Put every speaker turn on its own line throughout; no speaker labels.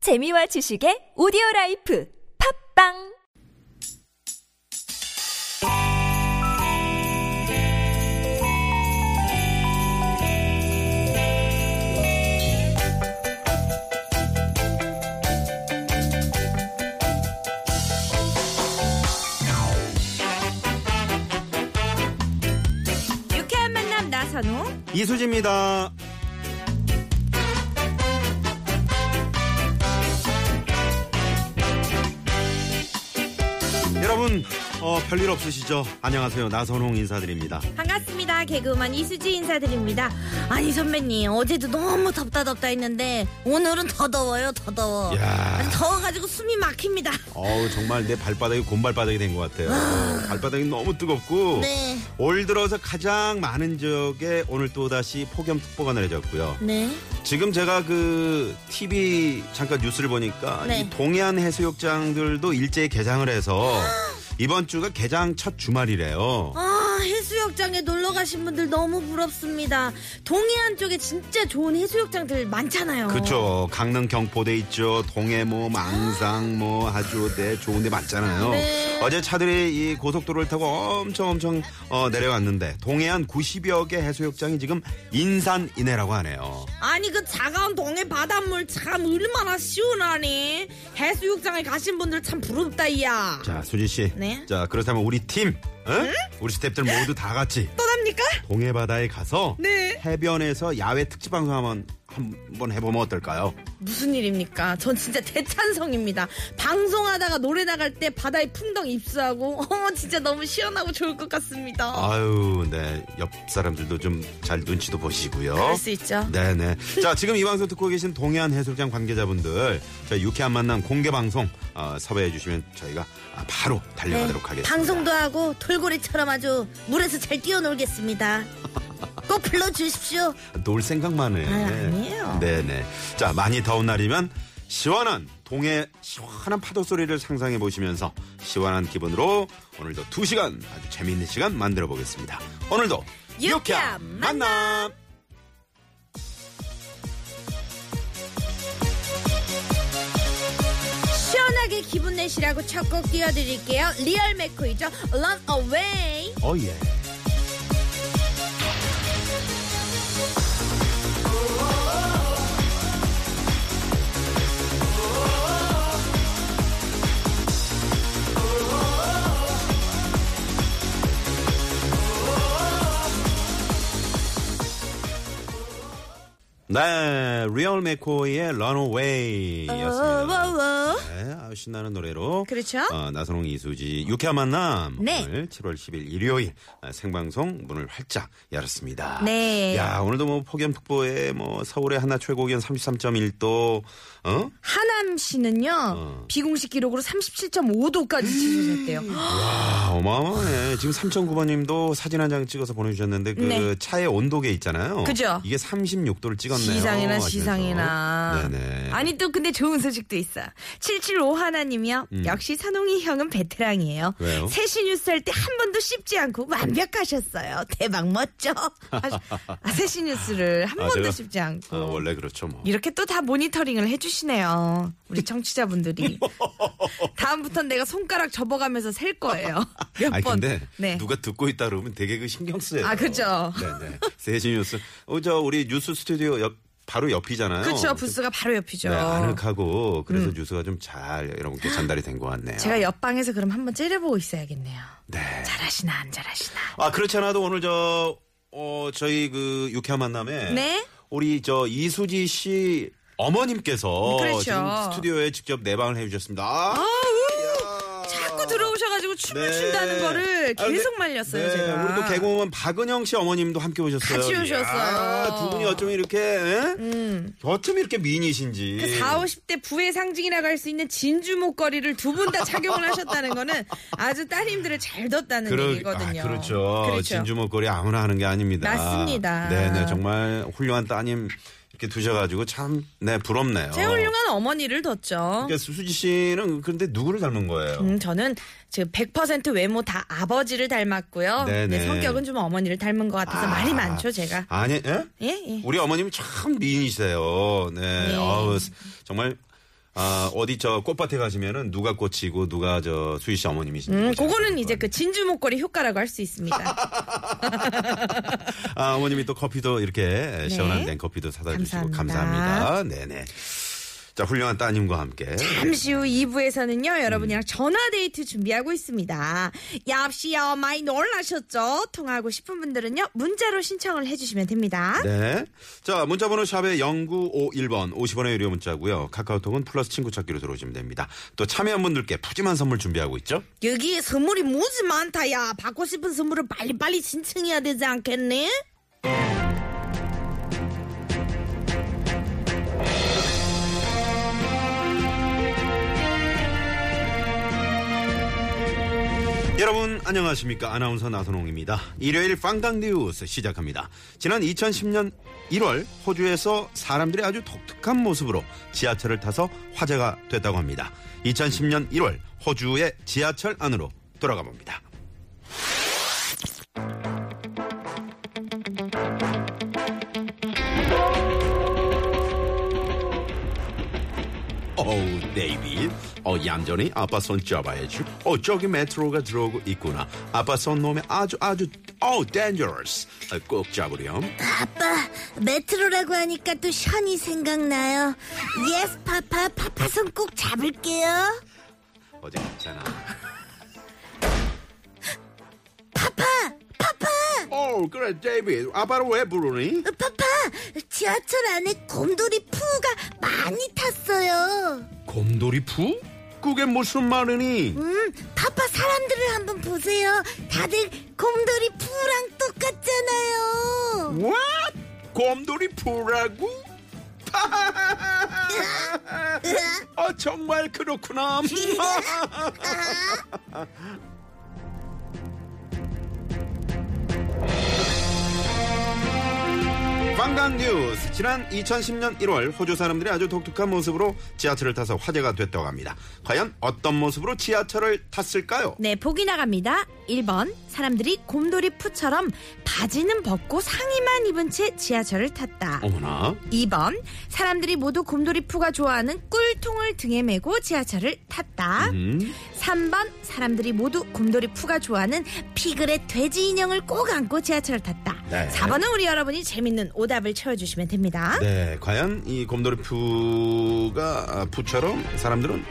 재미와 지식의 오디오 라이프 팝빵
유쾌한 만남 나선호
이수지입니다. 여러분, 어, 별일 없으시죠? 안녕하세요. 나선홍 인사드립니다.
반갑습니다 개그우먼 이수지 인사드립니다 아니 선배님 어제도 너무 덥다 덥다 했는데 오늘은 더 더워요 더 더워
야.
아니, 더워가지고 숨이 막힙니다
어우, 정말 내 발바닥이 곰발바닥이 된 것 같아요. 어, 발바닥이 너무 뜨겁고.
네.
올 들어서 가장 많은 지역에 오늘 또다시 폭염특보가 내려졌고요.
네
지금 제가 그 TV 잠깐 뉴스를 보니까
네.
이 동해안 해수욕장들도 일제히 개장을 해서 이번 주가 개장 첫 주말이래요.
아, 해수욕장에 놀러 가신 분들 너무 부럽습니다. 동해안 쪽에 진짜 좋은 해수욕장들 많잖아요.
그쵸. 강릉 경포대 있죠. 동해 뭐 망상 뭐 하주대 좋은데 많잖아요.
네.
어제 차들이 이 고속도로를 타고 엄청 엄청 어, 내려왔는데 동해안 90여 개 해수욕장이 지금 인산 인해라고 하네요.
아니 그 차가운 동해 바닷물 참 얼마나 시원하니. 해수욕장에 가신 분들 참 부럽다 이야.
자 수진 씨.
네.
자 그렇다면 우리 팀, 어? 우리 스태프들 모두 다 같이
떠납니까?
동해 바다에 가서
네.
해변에서 야외 특집 방송 한번 한번 해보면 어떨까요?
무슨 일입니까? 전 진짜 대찬성입니다. 방송하다가 노래 나갈 때 바다에 풍덩 입수하고 어머 진짜 너무 시원하고 좋을 것 같습니다.
아유, 네. 옆 사람들도 좀 잘 눈치도 보시고요.
그럴 수 있죠.
네네. 자, 지금 이 방송 듣고 계신 동해안 해수욕장 관계자분들, 저희 유쾌한 만남 공개 방송 어, 섭외해 주시면 저희가 아, 바로 달려가도록 하겠습니다.
네. 방송도 하고 돌고래처럼 아주 물에서 잘 뛰어놀겠습니다. 꼭 불러주십시오.
놀 생각만 해.
아, 아니에요.
네네. 자, 많이 더운 날이면 시원한 동해 시원한 파도 소리를 상상해 보시면서 시원한 기분으로 오늘도 두 시간 아주 재미있는 시간 만들어 보겠습니다. 오늘도
유쾌한
만남.
시원하게 기분 내시라고 첫 곡 띄워드릴게요. 리얼 맥코이죠. Run Away.
어 예. 네, 리얼 메코이의
어,
런어웨이였습니다.
어, 어.
네, 아유, 신나는 노래로.
그렇죠.
어, 나선홍 이수지 유쾌한 만남.
네.
오늘 7월 10일 일요일 아, 생방송 문을 활짝 열었습니다.
네.
야 오늘도 뭐 폭염특보에 뭐 서울의 하나 최고 기온 33.1도. 어?
하남 씨는요 비공식 기록으로 37.5도까지 치솟았대요.
아 어마어마해. 지금 3.9번님도 사진 한 장 찍어서 보내주셨는데 그
네.
차의 온도계 있잖아요.
그죠?
이게 36도를 찍었네요.
시상이나
하시면서.
시상이나.
네네.
아니 또 근데 좋은 소식도 있어. 775 하나님이요. 역시 산홍이 형은 베테랑이에요.
음. 왜요?
세시 뉴스 할 때 한 번도 씹지 않고 완벽하셨어요. 대박 멋져. 하시- 아, 세시 뉴스를 한
아,
번도
제가-
씹지 않고.
어, 원래 그렇죠 뭐.
이렇게 또 다 모니터링을 해주시네요. 우리 청취자분들이. 다음부터는 내가 손가락 접어가면서 셀 거예요. 몇
아니
번.
근데 어,
네.
누가 듣고 있다 그러면 되게 그 신경 쓰여요.
아, 그죠.
네네. 세신 뉴스. 어, 저 우리 뉴스 스튜디오 옆 바로 옆이잖아요.
그렇죠. 부스가 어. 바로 옆이죠.
네, 아늑하고 그래서 뉴스가 좀 잘 여러분께 전달이 된 것 같네요.
제가 옆방에서 그럼 한번 째려보고 있어야겠네요.
네.
잘하시나 안 잘하시나.
아 그렇지 않아도 오늘 저 어, 저희 그 유쾌한 만남에
네.
우리 저 이수지 씨 어머님께서
그렇죠.
지금 스튜디오에 직접 내방을 해주셨습니다. 아, 이야.
자꾸 들어오셔가지고 춤을
네.
춘다는 거를
아, 근데-
계속 말렸어요
네,
제가.
우리 또 개그우먼 박은영 씨 어머님도 함께 오셨어요.
같이 오셨어요. 음.
이야, 두 분이 어쩜 이렇게 에? 어쩜 이렇게 미인이신지.
그 4, 50대 부의 상징이라고 할 수 있는 진주 목걸이를 두 분 다 착용을 하셨다는 거는 아주 따님들을 잘 뒀다는
그러-
얘기거든요.
아, 그렇죠. 진주 목걸이 아무나 하는 게 아닙니다.
맞습니다.
네네 정말 훌륭한 따님 이렇게 두셔가지고 참네 부럽네요.
제 훌륭한 어머니를 뒀죠.
그러니까 수지 씨는 근데 누구를 닮은 거예요?
음, 저는 지금 100% 외모 다 아버지를 닮았고요.
네네.
네, 성격은 좀 어머니를 닮은 것 같아서
아.
말이 많죠, 제가.
아니, 예?
예, 예.
우리 어머님 참 미인이세요. 네,
네.
어우, 정말 아, 어디 저 꽃밭에 가시면은 누가 꽃이고 누가 저 수희 씨 어머님이신지.
음,
모르겠어요.
그거는 이제 그 진주 목걸이 효과라고 할 수 있습니다.
아, 어머님이 또 커피도 이렇게 시원한 냉커피도 사다 주시고
네. 감사합니다.
감사합니다. 네네. 자, 훌륭한 따님과 함께.
잠시 후 2부에서는요, 여러분이랑 전화데이트 준비하고 있습니다. 얍시요, 많이 놀라셨죠? 통화하고 싶은 분들은요, 문자로 신청을 해주시면 됩니다.
네. 자, 문자번호 샵에 0951번 50원의 유료 문자고요. 카카오톡은 플러스 친구 찾기로 들어오시면 됩니다. 또 참여한 분들께 푸짐한 선물 준비하고 있죠.
여기 선물이 무지 많다, 야. 받고 싶은 선물을 빨리빨리 신청해야 되지 않겠니?
여러분 안녕하십니까 아나운서 나선홍입니다. 일요일 빵당 뉴스 시작합니다. 지난 2010년 1월 호주에서 사람들이 아주 독특한 모습으로 지하철을 타서 화제가 됐다고 합니다. 2010년 1월 호주의 지하철 안으로 돌아가 봅니다. 어우 데이빗 어 얌전히 아빠 손 잡아야지 어 저기 메트로가 들어오고 있구나 아빠 손 놓으면 아주 아주 어우 dangerous 어, 꼭 잡으렴
아빠 메트로라고 하니까 또 션이 생각나요. 예스 파파 파파 손 꼭 잡을게요.
어제 괜찮아
파파 파파
어 그래 데이빗 아빠를 왜 부르니
어, 파파 지하철 안에 곰돌이 푸가 많이 탔어요.
곰돌이 푸? 그게 무슨 말이니
음 파파 사람들을 한번 보세요. 다들 곰돌이 푸랑 똑같잖아요.
What? 곰돌이 푸라고?
으아,
아 정말 그렇구나 관광 뉴스 지난 2010년 1월 호주 사람들이 아주 독특한 모습으로 지하철을 타서 화제가 됐다고 합니다. 과연 어떤 모습으로 지하철을 탔을까요?
네, 보기 나갑니다. 1번, 사람들이 곰돌이 푸처럼 바지는 벗고 상의만 입은 채 지하철을 탔다.
어머나
2번, 사람들이 모두 곰돌이 푸가 좋아하는 꿀통을 등에 메고 지하철을 탔다.
음.
3번, 사람들이 모두 곰돌이 푸가 좋아하는 피그렛 돼지 인형을 꼭 안고 지하철을 탔다.
네.
4번은 우리 여러분이 재밌는 오답을 채워주시면 됩니다.
네, 과연 이 곰돌이 푸가 아, 푸처럼 사람들은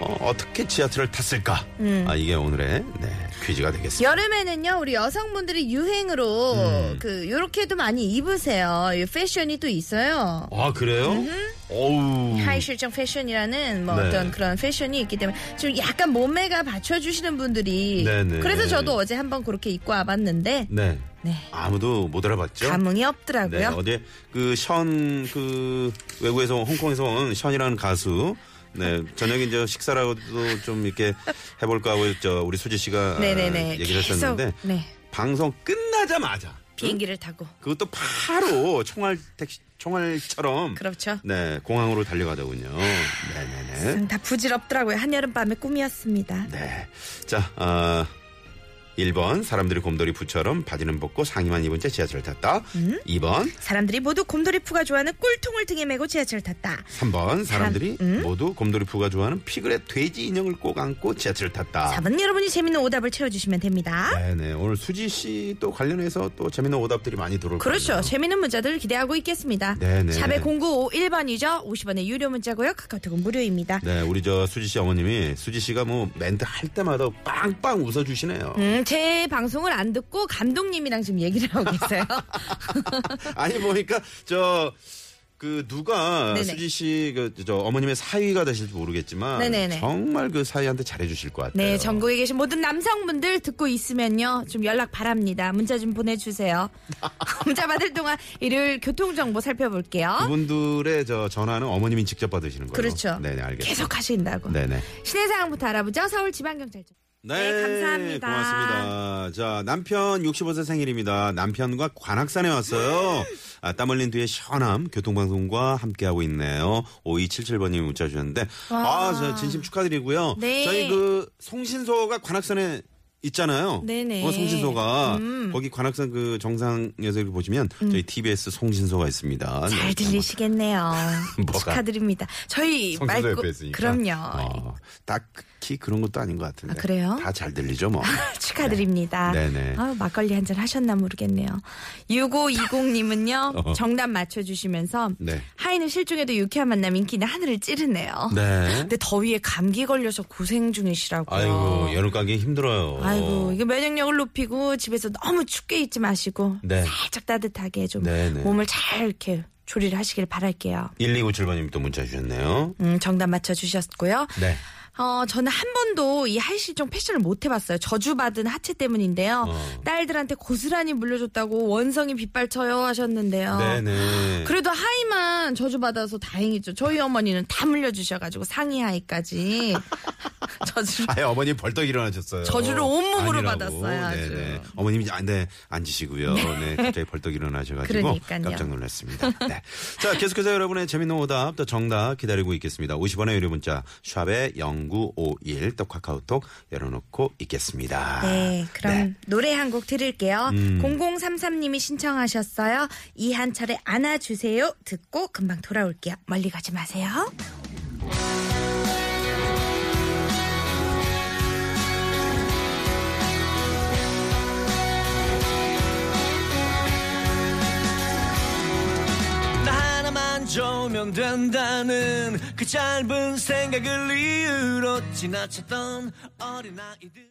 어, 떻게 지하철을 탔을까? 아, 이게 오늘의 네, 퀴즈가 되겠습니다.
음. 여름에는요 우리 여성분들이 유행으로
음.
그 요렇게도 많이 입으세요. 이 패션이 또 있어요.
아 그래요? 어우.
음. 하이 실정 패션이라는 뭐
음. 네.
어떤 그런 패션이 있기 때문에 좀 약간 몸매가 받쳐주시는 분들이
네네.
그래서 저도 어제 한번 그렇게 입고 와봤는데
네.
네.
아무도 못 알아봤죠.
감흥이
네,
없더라고요.
어제 그션그 외국에서 홍콩에서 온 션이라는 가수 네 저녁에 이제 식사라고도 좀 이렇게 해볼까 하고 저 우리 수지 씨가 아,
네네네.
얘기를
계속
했었는데
네.
방송 끝나자마자
비행기를 타고
그것도 바로 총알 택시 총알처럼
그렇죠.
네 공항으로 달려가더군요. 네네네.
음, 다 부질없더라고요. 한여름 밤의 꿈이었습니다.
네. 자, 아 1번 사람들이 곰돌이 부처럼 바지는 벗고 상의만 입은 채 지하철을 탔다.
음?
2번,
사람들이 모두 곰돌이 푸가 좋아하는 꿀통을 등에 메고 지하철을 탔다.
3번 사람들이
사람- 음?
모두 곰돌이 부가 좋아하는 피그렛 돼지 인형을 꼭 안고 지하철을 탔다.
4번 여러분이 재밌는 오답을 채워주시면 됩니다.
네, 네. 오늘 수지 씨 또 관련해서 또 재밌는 오답들이 많이 들어올 거예요.
그렇죠. 재미있는 문자들 기대하고 있겠습니다.
네네.
샵의 0951번이죠. 50원의 유료 문자고요. 카카오톡은 무료입니다.
네, 우리 저 수지 씨 어머님이 수지 씨가 뭐 멘트 할 때마다 빵빵 웃어 주시네요.
음, 제 방송을 안 듣고 감독님이랑 지금 얘기를 하고 계세요.
아니 보니까 저 그 누가
네네.
수지 씨그저 어머님의 사위가 되실지 모르겠지만
네네네.
정말 그 사위한테 잘해주실 것 같아요.
네, 전국에 계신 모든 남성분들 듣고 있으면요. 좀 연락 바랍니다. 문자 좀 보내주세요. 문자 받을 동안 일요일 교통정보 살펴볼게요.
그분들의 저 전화는 어머님이 직접 받으시는 거예요.
그렇죠.
네네 알겠습니다.
계속 하신다고.
네네.
시내 상황부터 알아보죠. 서울 지방경찰청. 네, 감사합니다.
고맙습니다. 자, 남편 65세 생일입니다. 남편과 관악산에 왔어요. 아, 땀 흘린 뒤에 시원함 교통방송과 함께하고 있네요. 5277번님이 문자 주셨는데, 아, 저 진심 축하드리고요.
네.
저희 그 송신소가 관악산에 있잖아요.
네네.
어, 송신소가
음.
거기 관악산 그 정상에서 이렇게 보시면 저희 TBS 송신소가 있습니다. 네,
잘 들리시겠네요.
뭐가?
축하드립니다. 저희
송신소
말
옆에 있으니까.
그럼요.
어, 딱히 그런 것도 아닌 것 같은데.
아, 그래요?
다 잘 들리죠 뭐.
축하드립니다.
네. 네네.
아유, 막걸리 한 잔 하셨나 모르겠네요. 6520님은요,
어.
정답 맞춰주시면서,
네.
하이는 실종에도 유쾌한 만남 인기는 하늘을 찌르네요.
네.
근데 더위에 감기 걸려서 고생 중이시라고요.
아이고 여름 가기 힘들어요.
아이고, 이게 면역력을 높이고 집에서 너무 춥게 있지 마시고
네.
살짝 따뜻하게 좀
네네.
몸을 잘 이렇게 조리를 하시길 바랄게요.
1257번님 또 문자 주셨네요.
음, 정답 맞춰 주셨고요.
네.
어, 저는 한 번도 이 하이실종 패션을 못 해봤어요. 저주받은 하체 때문인데요.
어.
딸들한테 고스란히 물려줬다고 원성이 빗발쳐요 하셨는데요.
네네.
어. 그래도 하이만 저주받아서 다행이죠. 저희 어머니는 다 물려주셔가지고 상의 하이까지 저주.
아예 어머니 벌떡 일어나셨어요.
저주를 온몸으로
아니라고.
받았어요, 아주.
네네. 어머님이 아, 네, 앉으시고요. 네, 갑자기 벌떡 일어나셔가지고
그러니까요.
깜짝 놀랐습니다. 네. 자, 계속해서 여러분의 재밌는 오답 또 정답 기다리고 있겠습니다. 50원의 유료 문자 샵에 0951 또 카카오톡 열어놓고 있겠습니다.
네, 그럼
네. 음.
노래 한 곡 들을게요. 0033님이 신청하셨어요. 이한철의 안아주세요. 듣고 금방 돌아올게요. 멀리 가지 마세요.
나 하나만 좋으면 된다는 그 짧은 생각을 이유로 지나쳤던 어린아이들